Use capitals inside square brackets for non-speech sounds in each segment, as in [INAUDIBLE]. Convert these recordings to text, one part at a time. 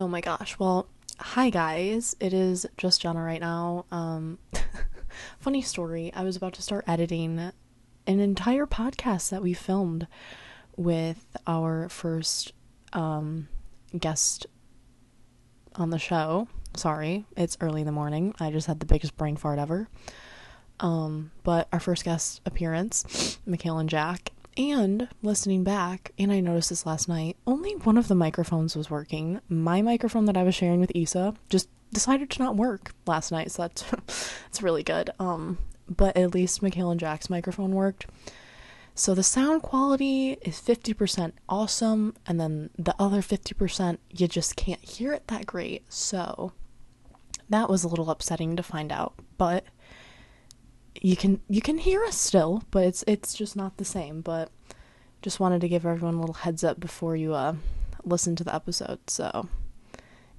Oh my gosh. Well, hi guys. It is just Jenna right now. Um [LAUGHS] funny story. I was about to start editing an entire podcast that we filmed with our first um guest on the show. Sorry, it's early in the morning. I just had the biggest brain fart ever. Um, but our first guest appearance, Mikhail and Jack, and listening back, and I noticed this last night, only one of the microphones was working. My microphone that I was sharing with Issa just decided to not work last night, so that's [LAUGHS] it's really good. Um, but at least Mikhail and Jack's microphone worked. So the sound quality is 50% awesome, and then the other 50%, you just can't hear it that great. So that was a little upsetting to find out, but you can you can hear us still, but it's it's just not the same. But just wanted to give everyone a little heads up before you uh listen to the episode. So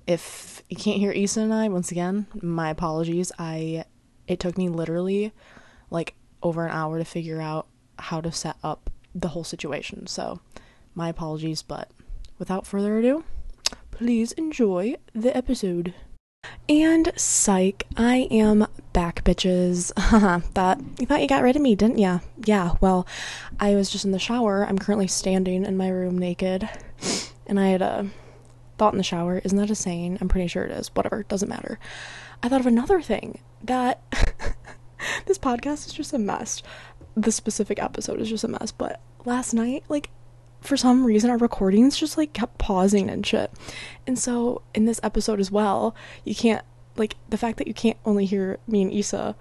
if you can't hear Issa and I, once again, my apologies. I it took me literally like over an hour to figure out how to set up the whole situation. So my apologies, but without further ado, please enjoy the episode. And psych, I am back, bitches. [LAUGHS] Haha, thought you thought you got rid of me, didn't ya? Yeah. Well, I was just in the shower. I'm currently standing in my room naked, and I had a thought in the shower. Isn't that a saying? I'm pretty sure it is. Whatever, doesn't matter. I thought of another thing that [LAUGHS] this podcast is just a mess. This specific episode is just a mess. But last night, like for some reason our recordings just like kept pausing and shit. And so in this episode as well, you can't like the fact that you can't only hear me and Issa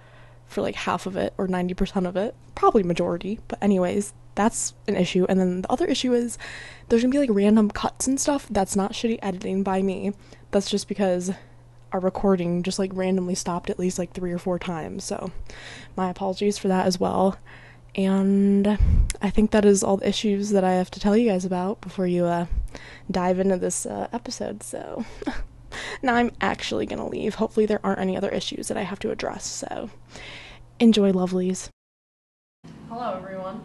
for like half of it or 90% of it, probably majority, but anyways, that's an issue. And then the other issue is there's going to be like random cuts and stuff. That's not shitty editing by me. That's just because our recording just like randomly stopped at least like 3 or 4 times. So my apologies for that as well. And I think that is all the issues that I have to tell you guys about before you uh, dive into this uh, episode. So now I'm actually going to leave. Hopefully, there aren't any other issues that I have to address. So enjoy, lovelies. Hello, everyone.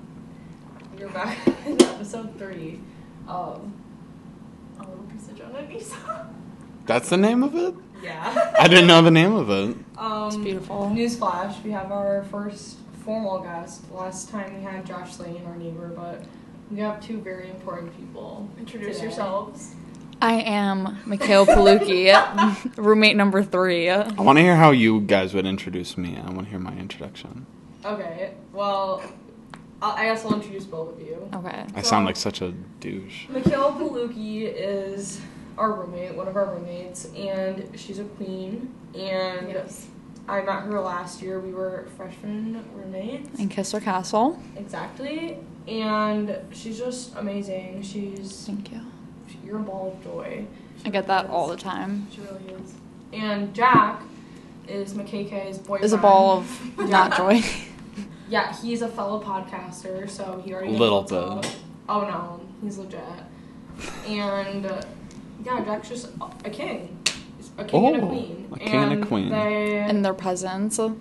You're back [LAUGHS] in episode three of A Little Piece of Jonah [LAUGHS] Nisa. That's the name of it? Yeah. I didn't know the name of it. [LAUGHS] Um, It's beautiful. Newsflash, we have our first formal guest. Last time we had Josh Lane, our neighbor, but we have two very important people. Introduce yourselves. I am Mikhail Paluki, [LAUGHS] roommate number three. I want to hear how you guys would introduce me. I want to hear my introduction. Okay, well, I I guess I'll introduce both of you. Okay. I So- sound like such a douche. Mikhail Paluki is our roommate, one of our roommates, and she's a queen. And I met her last year. We were freshman roommates. In Kissler Castle. Exactly. And she's just amazing. She's Thank you. you're a ball of joy. I get that all the time. She really is. And Jack is McKK's boyfriend. Is a ball of not joy. [LAUGHS] Yeah, he's a fellow podcaster, so he already knows Little what's bit. up. Oh no, he's legit. And uh, yeah, Jack's just a king, He's a king and a Oh, queen. a king and a queen. They, In their presence. how,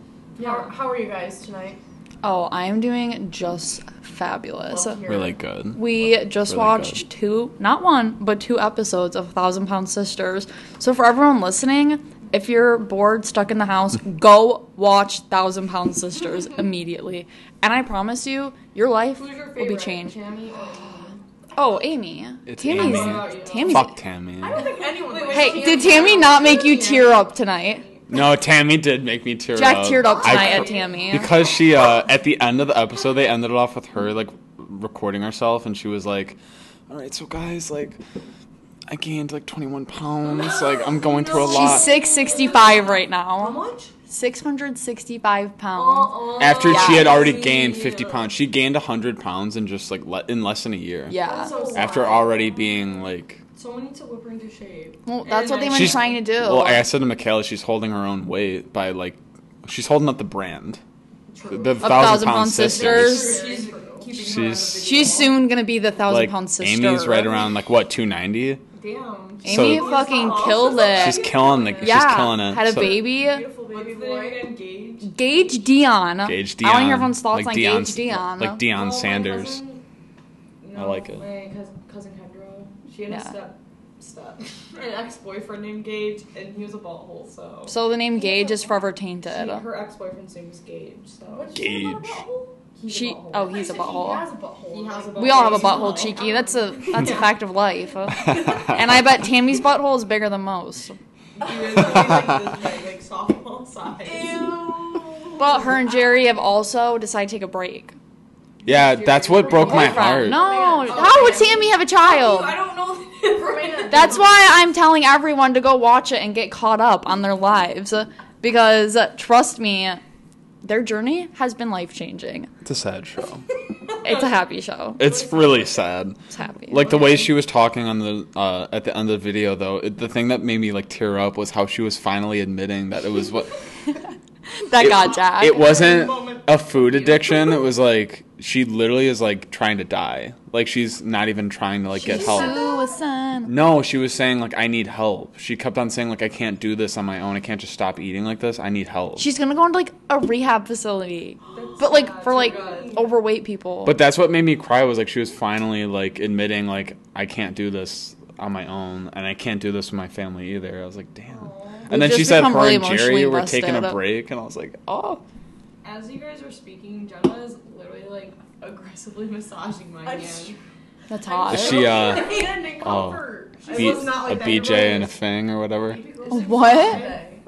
how are you guys tonight? Oh, I am doing just fabulous. Love to hear it. Really good. We just Really watched two, not one, but two episodes of Thousand Pound Sisters. So for everyone listening, if you're bored, stuck in the house, go watch Thousand Pound Sisters immediately. And I promise you, your life Who's your favorite? will be changed. Tammy or Amy? Oh, Amy. It's Tammy's. Amy. Tammy's. Fuck Tammy. I don't think anyone. Wait, Hey, did Tammy not make you tear up tonight? No, Tammy did make me tear Jack up. teared up Uh, I tonight cr- at Tammy. Because she, uh, at the end of the episode, they ended it off with her, like, recording herself, and she was like, all right, so guys, like, I gained, like, 21 pounds. Like, I'm going through a lot. She's 665 right How now. much? 665 pounds. Uh-uh. After she had already Yeah. gained 50 pounds. She gained 100 pounds in just, like, le- in less than a year. Yeah. That's so sad. After already being, like, Someone needs to whip her into shape. Well, And that's what then they were she- trying to do. Well, I said to Michaela, she's holding her own weight by like, she's holding up the brand, the, True. the thousand, Thousand pound, Pound sisters. Sisters. She's keeping her out of She's- the She's soon gonna be the thousand Like pound sister. Amy's right around like what 290. Damn. Amy so- fucking killed it. She's killing the yeah, she's killing it. had a So- baby. Beautiful baby boy. Engaged. Gage Dion. Gage I Dion. want to hear everyone's thoughts like on Dion's- Gage Dion. Like Oh Dion Sanders. I like it. My cousin, cousin Kendra. She had Yeah. a step step, [LAUGHS] an ex-boyfriend named Gage, and he was a butthole. So, So the name Gage is forever She- tainted. her ex-boyfriend's name was Gage. So What'd you say about a Gauge. butthole? he's a She- butthole. oh, he's a I said butthole. He has a butthole. He has a We all have a butthole. butthole, cheeky. That's a that's a fact of [LAUGHS] life. And I bet Tammy's butthole is bigger than most. [LAUGHS] He was like, like this big, like softball [LAUGHS] size. Ew. But her and Jerry have also decided to take a break. Yeah, that's what broke my Boyfriend. heart. No, Man. how would Tammy have a I child? don't know. Wait a minute. Oh. That's why I'm telling everyone to go watch it and get caught up on their lives because trust me, their journey has been life changing. It's a sad show. It's a happy show. It's really sad. It's happy. Like the way she was talking on the uh, at the end of the video, though, it, the thing that made me like tear up was how she was finally admitting that it was what that it, got Jack. It wasn't Moment. a food addiction. It was like she literally is like trying to die. Like she's not even trying to like get help. Suicide. No, she was saying like I need help. She kept on saying like I can't do this on my own. I can't just stop eating like this. I need help. She's gonna go into like a rehab facility, but like for like overweight people. but that's what made me cry was like she was finally like admitting like I can't do this on my own and I can't do this with my family either. I was like, damn. And then We've she just said become her really and Jerry emotionally were taking a invested. break and I was like, "Oh, As you guys are speaking, Jenna is literally like aggressively massaging my I'm hand. that's hot. Is she, uh, hand in oh, comfort. She be- was not a like that. BJ and a fing or whatever. Oh, what?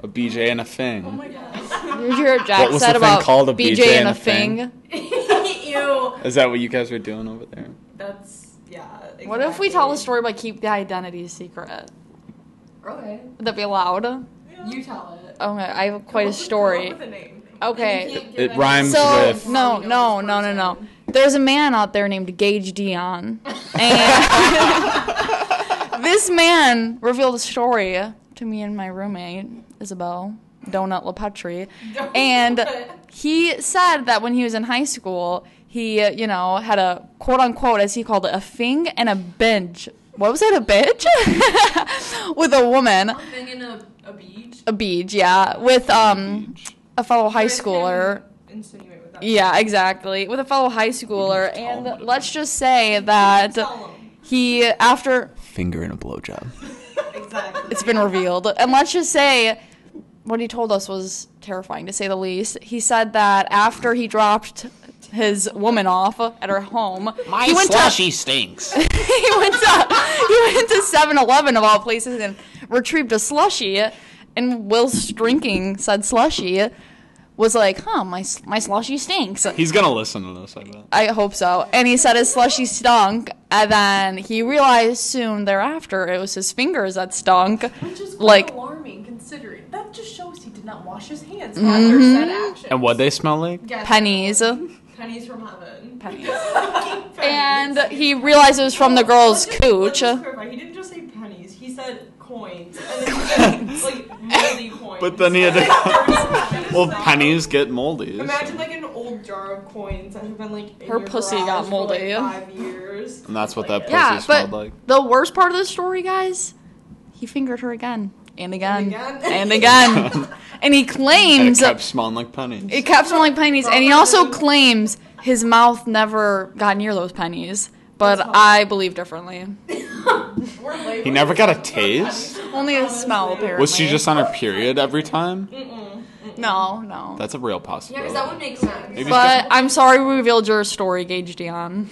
A BJ and a fing." [LAUGHS] Oh my gosh. Did you hear what Jack What was said the thing about called, a BJ, and a fing? [LAUGHS] Ew. Is that what you guys were doing over there? That's yeah. Exactly. What if we tell a story but keep the identity secret? Okay. Would that be allowed? Okay, You tell it. I have Uh, quite a What's the- story. What's the name? Okay. It- it rhymes So with- no, no, no, no, no. There's a man out there named Gage Dion, [LAUGHS] and this man revealed a story to me and my roommate Isabel Donut LaPetri, and he said that when he was in high school, he uh, you know had a quote unquote as he called it a fing and a binge. What was it? A bitch [LAUGHS] with a woman, Thing in a, a beach. a beach, yeah, with um a fellow high schooler. Insinuate with that. Yeah, exactly. With a fellow high tell schooler, him what and it let's just say that Tell 'em. he, after Finger in a blowjob. [LAUGHS] Exactly. it's been revealed, and let's just say what he told us was terrifying to say the least. He said that after he dropped his woman off at her home, he went to [LAUGHS] stinks. he went to he went to 7-Eleven of all places and retrieved a slushie, and whilst drinking said slushie, was like, "Huh, my s- my slushie stinks." He's gonna listen to this, I bet. I hope so. And he said his slushy stunk, and then he realized soon thereafter it was his fingers that stunk. Which is quite Like- alarming considering that just shows he did not wash his hands after said action. And what they smell like? Guess. Mm-hmm. Pennies. Pennies from heaven. [LAUGHS] Pennies. And he realized it was from the Let's girl's just- let's cooch. just clarify, He didn't just say pennies. He said coins. And then he said, like moldy coins. But then he [LAUGHS] had to. to. well, pennies get moldy. so- Imagine like an old jar of coins that have been like in Her your pussy garage got for, moldy. like, five years. And that's what that pussy Yeah, smelled but like. the worst part of the story, guys, he fingered her again and again again. [LAUGHS] and again. [LAUGHS] and he And it claims kept smelling like pennies. it kept smelling like pennies, and he also claims his mouth never got near those pennies. But I believe differently. We're late. he never got a taste. Only a smell, apparently. Was she just on her period every time? No, no. That's a real Yeah, possibility. because that would make sense. Maybe- But I'm sorry we revealed your story, Gage Dion.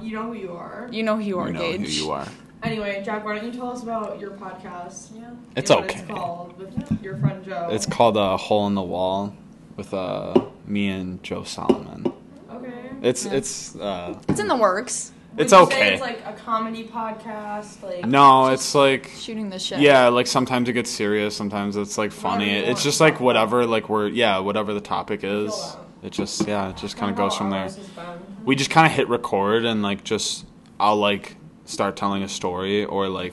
You know who you are. You know who you are, you know Gage. who you are. Anyway, Jack, why don't you tell us about your podcast? Yeah. It's and what okay. It's called with your friend Joe. It's called a hole in the wall with uh, me and Joe Solomon. okay. It's it's uh, It's in the works. Would it's you say okay. It's like a comedy podcast. Like no, it's like Shooting the shit. yeah, like sometimes it gets serious, sometimes it's like funny. Whatever you It's want. just like whatever, like we're yeah, whatever the topic is. out. It just yeah, it just kind how of goes from there. ours has been. we just kind of hit record and like just I'll like start telling a story or like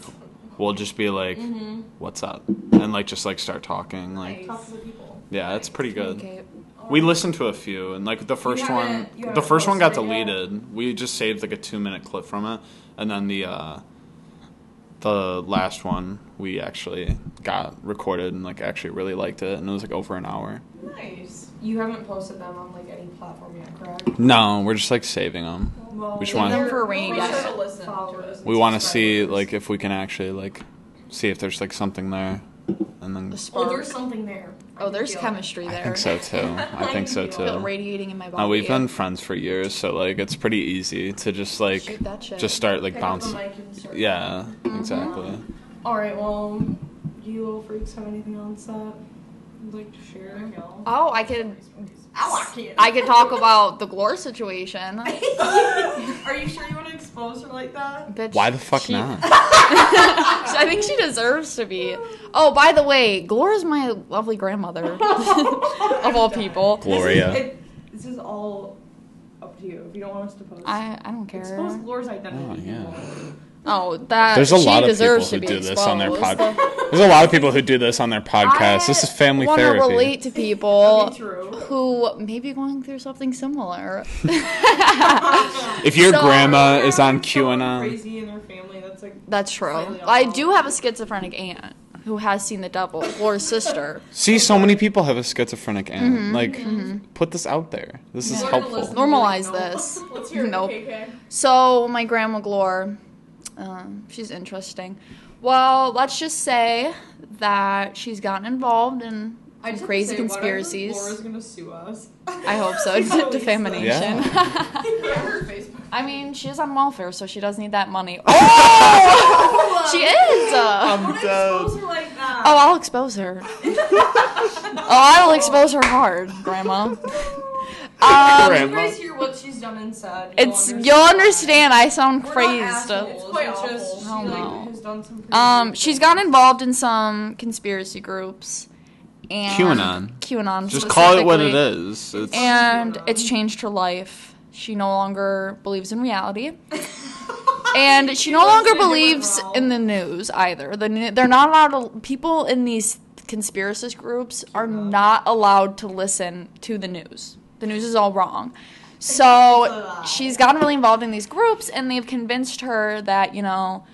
we'll just be like Mm-hmm. what's up and like just like start talking like Talk to the people. Um, yeah it's pretty good Okay. we listened to a few and like the first one haven't- you haven't the first one got posted it yet? deleted we just saved like a 2 minute clip from it and then the uh the last one we actually got recorded and like actually really liked it and it was like over an hour Nice. You haven't posted them on like any platform yet, correct? no we're just like saving them Well, We just yeah, wanna- they're- For rainy we day. should listen to Followers. it. We want to see like if we can actually like see if there's like something there, and then The Oh, spark. there's something there. I oh, can there's feel it. chemistry I there. think so too. [LAUGHS] I think so I feel it too. radiating in my body. Now Uh, we've been friends for years, so like it's pretty easy to just like Shoot that shit. just start like Pick up the bouncing. mic and start. Yeah, Mm-hmm. exactly. All right. Well, you little freaks have anything else that you'd like to share? Oh, I could. Ow, I can't. I could talk about the Glore [LAUGHS] situation. Are you sure you want to expose her like that? Bitch, Why the fuck she- Uh, not? [LAUGHS] I think [LAUGHS] she deserves to be. Oh, by the way, Glore is my [LAUGHS] lovely grandmother of all [LAUGHS] people. Gloria. It, this is all up to you. If you don't want us to post, I I don't expose care. Laura's identity. Oh, yeah. Oh, that There's a she lot of people deserves who to be do this on their exposed. podcast. There's a lot of people who do this on their podcast. This is family wanna therapy. relate to people Me too. who may be going through something [LAUGHS] similar. [LAUGHS] [LAUGHS] If your So- grandma is on Someone QAnon, Crazy in their family. That's like That's true. Slightly I off. do have a schizophrenic aunt who has seen the devil, or sister, see so many people have a schizophrenic aunt. Mm-hmm, Like, put this out there. This is Laura helpful. [LAUGHS] listened. normalize Really? No. [LAUGHS] this. Let's hear it. Nope. KK. So my grandma Glore, um, she's interesting. Well, let's just say that she's gotten involved in I just have to crazy say, whatever, Laura's [LAUGHS] conspiracies. gonna sue us. I hope [LAUGHS] so. [LAUGHS] It's defamation. Yeah, her Facebook. [LAUGHS] I mean, she is on welfare, so she does need that [LAUGHS] money. Oh, [LAUGHS] she is. Uh, I'm Expose her like that. Oh, I'll expose [LAUGHS] her. oh, I will expose her hard, [LAUGHS] Grandma. Um, you guys hear what she's done and said. you'll it's you'll understand. I sound We're not crazed. assholes, It's quite it's awful. just she Hell no. like, has done some. pretty Um, weird she's stuff. gotten involved in some conspiracy groups. And QAnon. QAnon. Just call it what it specifically. is. It's, And QAnon. it's changed her life. She no longer believes in reality. [LAUGHS] and she no longer listened to believes Monroe. in the news either. The ne- they're not allowed to, people in these conspiracist groups are not allowed to listen to the news. The news is all wrong. So she's gotten really involved in these groups and they've convinced her that, you know,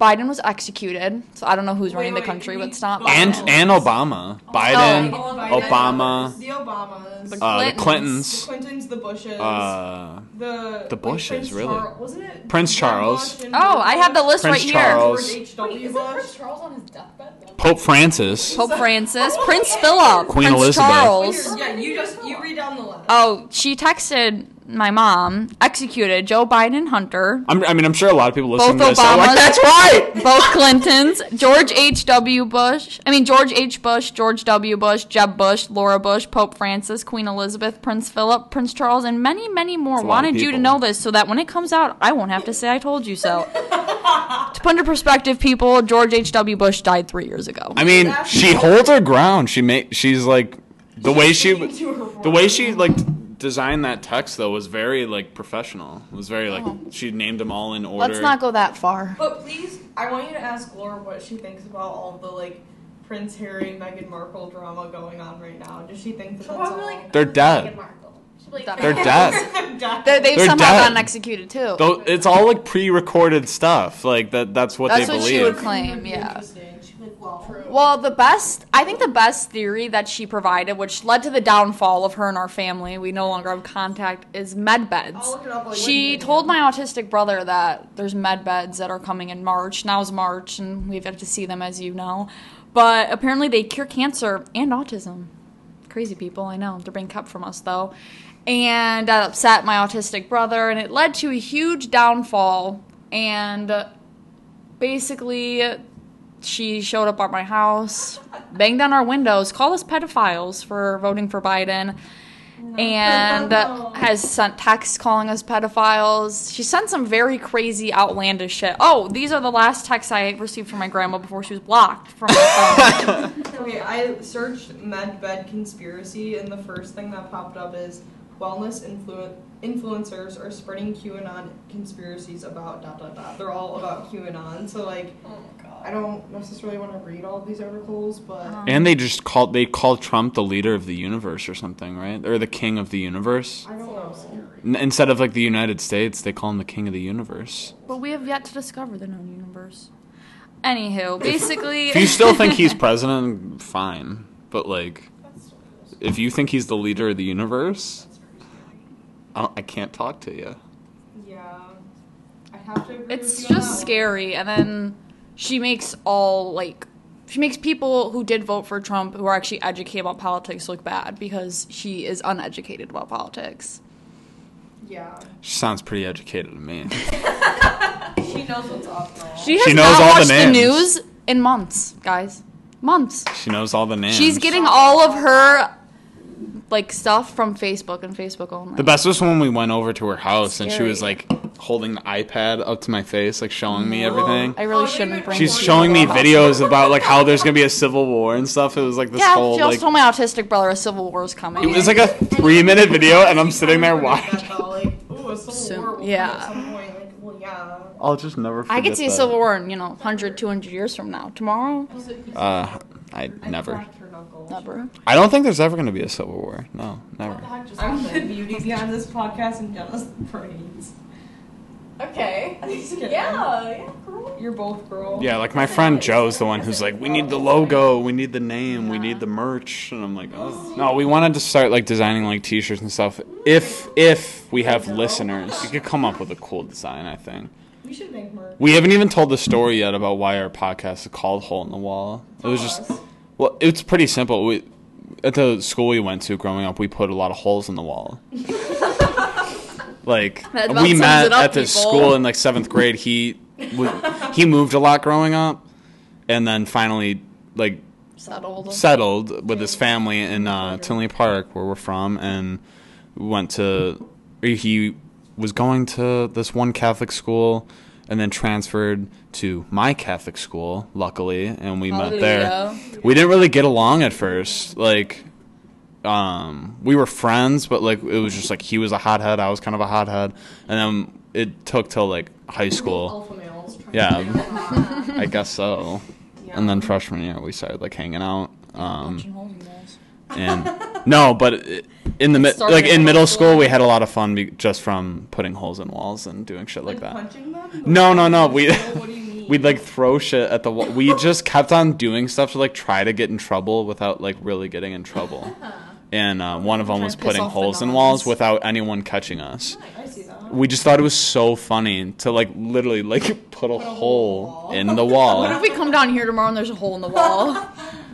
Biden was executed. So I don't know who's Wait, running wait, the country, we- but it's not Biden. and, and Obama. Biden, Oh, Obama, the Obamas, the uh, the Clintons, Clintons. Clintons, the Bushes, uh, the the like, Bushes, Prince really. Charles- wasn't it Prince Jeb Charles. Bush and Oh, I have the list Prince right Charles. George H.W. Bush. Charles on his deathbed? Though? Pope Francis. here. Pope Francis, Prince Philip, Queen Prince Elizabeth. Charles. Yeah, you just you read down the list. Oh, she texted my mom, executed Joe Biden Hunter, I'm, I mean, I'm sure a lot of people both listening to this are Obamas. like, that's right! Both Clintons, George H.W. Bush, I mean, George H. Bush, George W. Bush, Jeb Bush, Laura Bush, Pope Francis, Queen Elizabeth, Prince Philip, Prince Charles, and many, many a more lot of wanted you to people. know this so that when it comes out, I won't have to say I told [LAUGHS] you so. to put into perspective, people, George H.W. Bush died three years ago. I mean, That's- she holds her ground. She made. She's like the way she, sticking to her the way she like designed that text though was very like professional. It was very like she named them all in order. Oh. Let's not go that far. But please, I want you to ask Laura what she thinks about all the like Prince Harry and Meghan Markle drama going on right now. Does she think that She'll that's all? probably [LAUGHS] like. They're dead. Meghan Markle. She'll be like, They're dead. They're, they've They're somehow dead. gotten executed too. [LAUGHS] Though it's all like pre-recorded stuff. Like that. That's what That's they what she believe. would claim, yeah. She'll be like, well, true. Well, the best, I think the best theory that she provided, which led to the downfall of her and our family, we no longer have contact, is med beds. I'll look it up while you she look it up. told my autistic brother that there's med beds that are coming in March. Now's March, and we've yet to see them, as you know. But apparently, they cure cancer and autism. Crazy people, I know. They're being kept from us, though. And that upset my autistic brother, and it led to a huge downfall. And basically, she showed up at my house, banged on our windows, called us pedophiles for voting for Biden, and has sent texts calling us pedophiles. She sent some very crazy, outlandish shit. Oh, these are the last texts I received from my grandma before she was blocked [LAUGHS] from my phone. Okay, I searched med bed conspiracy, and the first thing that popped up is wellness influ- influencers are spreading QAnon conspiracies about dot dot dot. They're all about QAnon, so like, Oh I don't necessarily want to read all these articles, but Uh-huh. And they just called. They called Trump the leader of the universe or something, right? Or the king of the universe. I don't know. N- instead of like the United States, they call him the king of the universe. but we have yet to discover the known universe. Anywho, basically, If you still think [LAUGHS] he's president, fine. But like, if you think he's the leader of the universe, I, don't, I can't talk to you. Yeah, have to agree It's with you on just that one. scary. And then she makes all like she makes people who did vote for Trump who are actually educated about politics look bad because she is uneducated about politics. Yeah. She sounds pretty educated to me. She knows what's up though. She has She knows not all the watched the, names. news in months, guys. Months. She knows all the names. She's getting all of her like stuff from Facebook and Facebook only. The best was when we went over to her house and she was Scary. like holding the iPad up to my face, like showing me everything. I Oh, really you shouldn't would bring She's her showing me up. videos about like how there's gonna be a civil war and stuff. It was like this Yeah, whole she also like told my autistic brother a civil war is coming. it was like a three minute video and I'm sitting there watching. Like, ooh, a civil So- war will come yeah. at some point. Like, well, yeah. I'll just never. Forget I could see a that. civil war in, you know, 100, 200 years from now. Tomorrow? Uh, I never. cracked her knuckles. Never. I don't think there's ever gonna be a civil war. No, never. heck just I'm the happened? beauty behind this podcast and Jenna's the brains. [LAUGHS] Okay. Just kidding. Yeah, yeah, girl. You're both girl. Yeah, like my friend Joe's the one who's like, we need the logo, we need the name, we need the merch, and I'm like, oh. no, we wanted to start like designing like T-shirts and stuff. If if we have listeners, we could come up with a cool design. I think We should make merch. we haven't even told the story yet about why our podcast is called Hole in the Wall. It was just well, it's pretty simple. We at the school we went to growing up, we put a lot of holes in the wall. like [LAUGHS] That about we sums met it up, at this people. school in like seventh grade. He was, he moved a lot growing up, and then finally like Settled. settled with his family in uh, Tinley Park, where we're from, and went to. or He was going to this one Catholic school, and then transferred to my Catholic school. Luckily, and we met there. Hallelujah. We didn't really get along at first, like. Um, we were friends, but like it was just like he was a hothead, I was kind of a hothead, and then it took till like high school. Alpha males. trying Yeah. to figure it out. I guess so. [LAUGHS] And then freshman year, we started like hanging out. Um, and [LAUGHS] no, but i- in the mid, Started like in in middle middle school, we had a lot of fun be- just from putting holes in walls and doing shit like Like that. punching them? No, no, no. We What do you mean? [LAUGHS] we'd like throw shit at the wall. [LAUGHS] We just kept on doing stuff to like try to get in trouble without like really getting in trouble. [LAUGHS] And uh, one of them Trying was to piss putting off the holes in nuns. walls without anyone catching us. I see that. We just thought it was so funny to like literally [LAUGHS] like put a hole in the wall. What if we come down here tomorrow and there's a hole in the [LAUGHS] wall?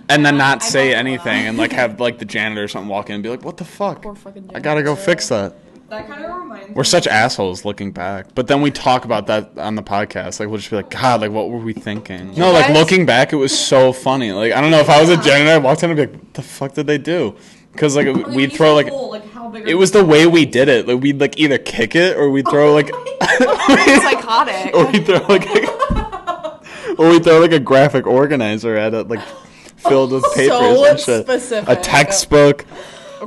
and then not I say thought about anything and like [LAUGHS] have like the janitor or something walk in and be like, "What the fuck? Poor fucking I gotta go janitor. fix that." That kind of reminds me. We're such assholes looking back, but then we talk about that on the podcast. Like we'll just be like, "God, like what were we thinking?" No, like guys- looking back, it was so funny. Like I don't know if I was a janitor, I walked in and be like, "What the fuck did they do?" Because like Like, we'd you throw said like hole, like how big are it was the way we did it. Like we'd like either kick it or we'd throw like [LAUGHS] Psychotic. Oh [LAUGHS] or we throw like a, or we throw like [LAUGHS] a graphic organizer at it, like [LAUGHS] filled with papers and shit. A specific. textbook, A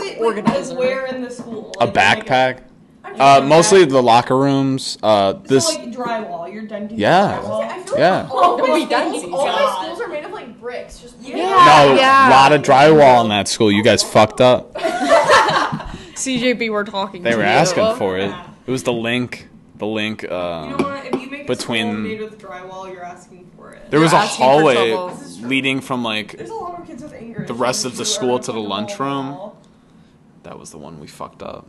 Wait, wait, like, organizer. Where in the school? a Like, like, backpack. I'm Uh, sure mostly that- the locker rooms. Uh, So, this like drywall. You're denting. Yeah. I Drywall. [LAUGHS] feel like Yeah. all, It'll my be done schools, easy. all my God. schools are made of like bricks. Just Yeah. no, yeah. lot of drywall in that school. You guys fucked up. CJB, we're talking. They to were you. asking for it. It was the link. The link. You Uh, know what? If you make Between- a school made with drywall, you're asking for it. there was a You're asking for hallway trouble. This is true. leading from like There's a lot of kids with anger. The rest issues of the who school are to the fucking lunchroom. wall. that was the one we fucked up.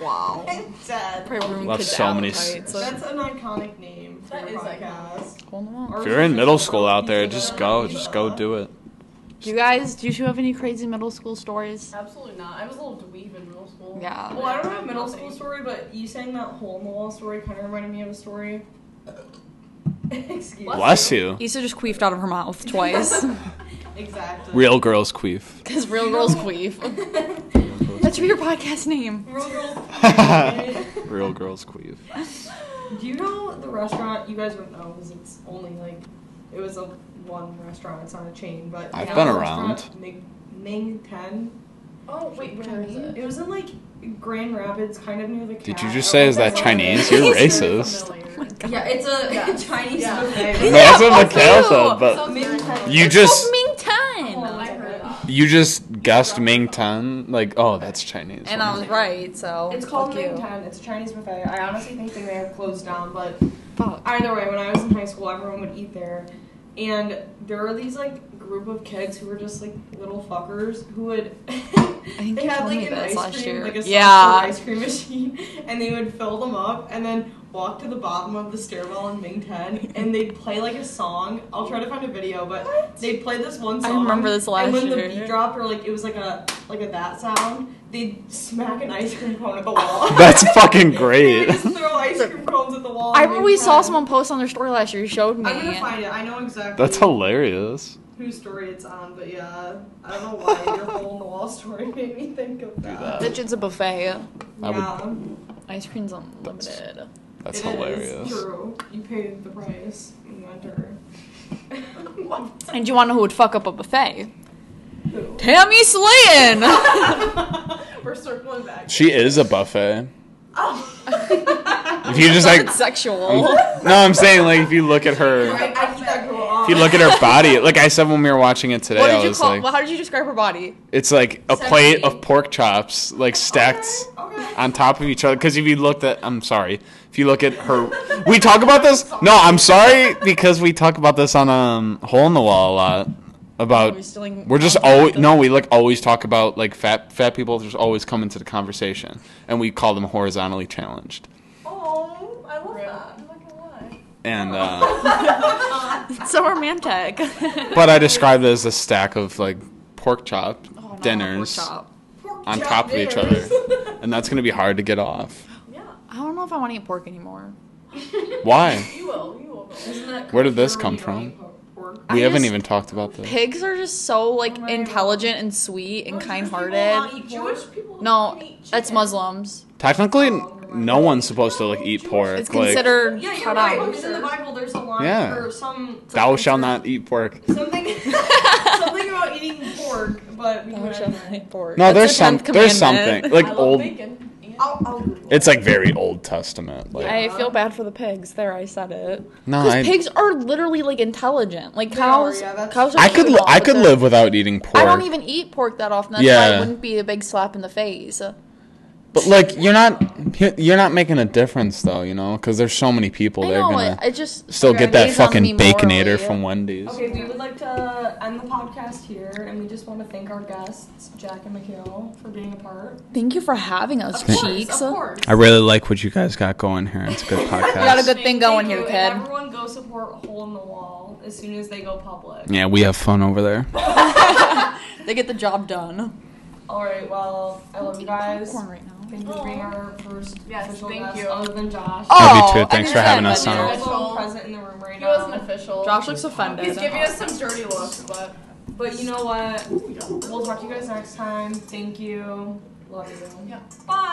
Wow. It's sad. Probably ruined Left kids' so many s- appetites. That's an iconic name. For That your is iconic. podcast. Hole in the wall. Or If you're in just middle a school out there, piece of just it. go. Just go do it. Do you guys? Do you two have any crazy middle school stories? Absolutely not. I was a little dweeb in middle school. Yeah. Well, I don't have a middle school story, but you saying that hole in the wall story kind of reminded me of a story. [LAUGHS] Excuse me. Bless you. Issa just queefed out of her mouth twice. [LAUGHS] Exactly. Real girls queef. Because real [LAUGHS] girls queef. that should be your podcast name. [LAUGHS] Real girls. Real girls queef. Do you know the restaurant? You guys don't know because it's only like it was a one restaurant. It's not a chain, but I've you know been the around. restaurant Ming, Ming Ten. Oh wait, where is it? It was in like Grand Rapids, kind of near the. Did you Cat. just say is that That's Chinese? like- You're racist. Oh Yeah, it's a Oh [LAUGHS] Yeah. Chinese Yeah. buffet. That's what Mikhail also- said, but Ming Ten. you just Ming Tan. Oh. I heard that. you just guessed Ming Tan. Like, oh, that's Chinese. And I was right, so. It's called fuck you. Ming Ten. It's a Chinese buffet. I honestly think they may have closed down, but Fuck. either way, when I was in high school, everyone would eat there. And there were these like group of kids who were just like little fuckers who would [LAUGHS] think they you had told like me an this ice last cream [LAUGHS] year. like a soft serve Yeah. ice cream machine and they would fill them up and then walk to the bottom of the stairwell in Ming 10 and they'd play like a song. I'll try to find a video, but they'd play this one I song. remember this last And when year. the beat dropped or like it was like a like a that sound, they'd smack an ice cream cone at the wall. [LAUGHS] [LAUGHS] That's [LAUGHS] They fucking would great. [LAUGHS] just throw ice cream cones at the wall. I in remember we Ming saw 10. someone post on their story last year. You showed me. I'm gonna find it. I know exactly That's hilarious. whose story it's on, but yeah, I don't know why your hole in the wall story [LAUGHS] made me think of that. Bitch, it's a buffet. I would- Yeah, Ice cream's unlimited. That's it is hilarious. True, you paid the price in [LAUGHS] winter. And you want to know who would fuck up a buffet? Who? Tammy Slayton! We're circling back. She is a buffet. Oh. If you just like, [LAUGHS] sexual. I'm- no, I'm saying like if you look at her, I, I keep that girl off. if you look at her body, like I said when we were watching it today, What I did you was call? like, well, how did you describe [LAUGHS] her body? it's like a Sexy. plate of pork chops like stacked. Okay, okay. on top of each other. Because if you looked at, I'm sorry, if you look at her, we talk about this. No, I'm sorry because we talk about this on um hole in the wall a lot. About We're stealing we're just content always stuff. no, we like always talk about like fat fat people just always come into the conversation, and we call them horizontally challenged. Oh, I love that. I'm not gonna lie. And uh, so [LAUGHS] romantic. but I described it as a stack of like pork chop dinners Pork on chop top of each other, dinners. and that's gonna be hard to get off. Yeah, I don't know if I want to eat pork anymore. Why? you will. You will. Go. Isn't that Where did this come culturally wrong? I We haven't just- even talked about this. Pigs are just so like intelligent and sweet and Jewish kind-hearted. people not eat Jewish people No, can eat that's chicken. Muslims. Technically, Oh, right. no one's supposed to like eat pork. It's like, considered Yeah, you're cut right. out. Because in the Bible, there's a line Yeah. or some. thou shall not eat pork. Something, [LAUGHS] something about eating pork, but we Thou went shalt in not there. eat pork. No, That's there's the some 10th there's commandment. [LAUGHS] something like I love old. bacon. I'll, I'll Google It's like very Old Testament. Like I feel bad for the pigs. There, I said it. no, Because I, pigs are literally like intelligent. Like They are, cows, yeah, that's- cows are I could cute li- and all, I but could they're- live without eating pork. I don't even eat pork that often. That's why Yeah. it wouldn't be a big slap in the face. But like you're not you're not making a difference though, you know, because there's so many people. I They're know. gonna It, it just still get that weighs on me fucking baconator morally. from Wendy's. Okay, we would like to uh, end the podcast here, and we just want to thank our guests, Jack and Mikhail, for being a part. Thank you for having us, Of course, cheeks. of course. I really like what you guys got going here. It's a [LAUGHS] good podcast. We got a good thing Thank going you, here, and kid. everyone go support Hole in the Wall as soon as they go public. yeah, we have fun over there. They get the job done. All right, well, I love you guys. Popcorn right now. Thank you for being our first Yes, official thank guest, you. other than Josh. Love you Oh, too. Thanks I for mean, having yeah, us but on. There's no one present in the room right He wasn't now. official. Josh looks He's offended. giving us some dirty looks, but But you know what? We'll talk to you guys next time. Thank you. Love you. Yeah. Bye.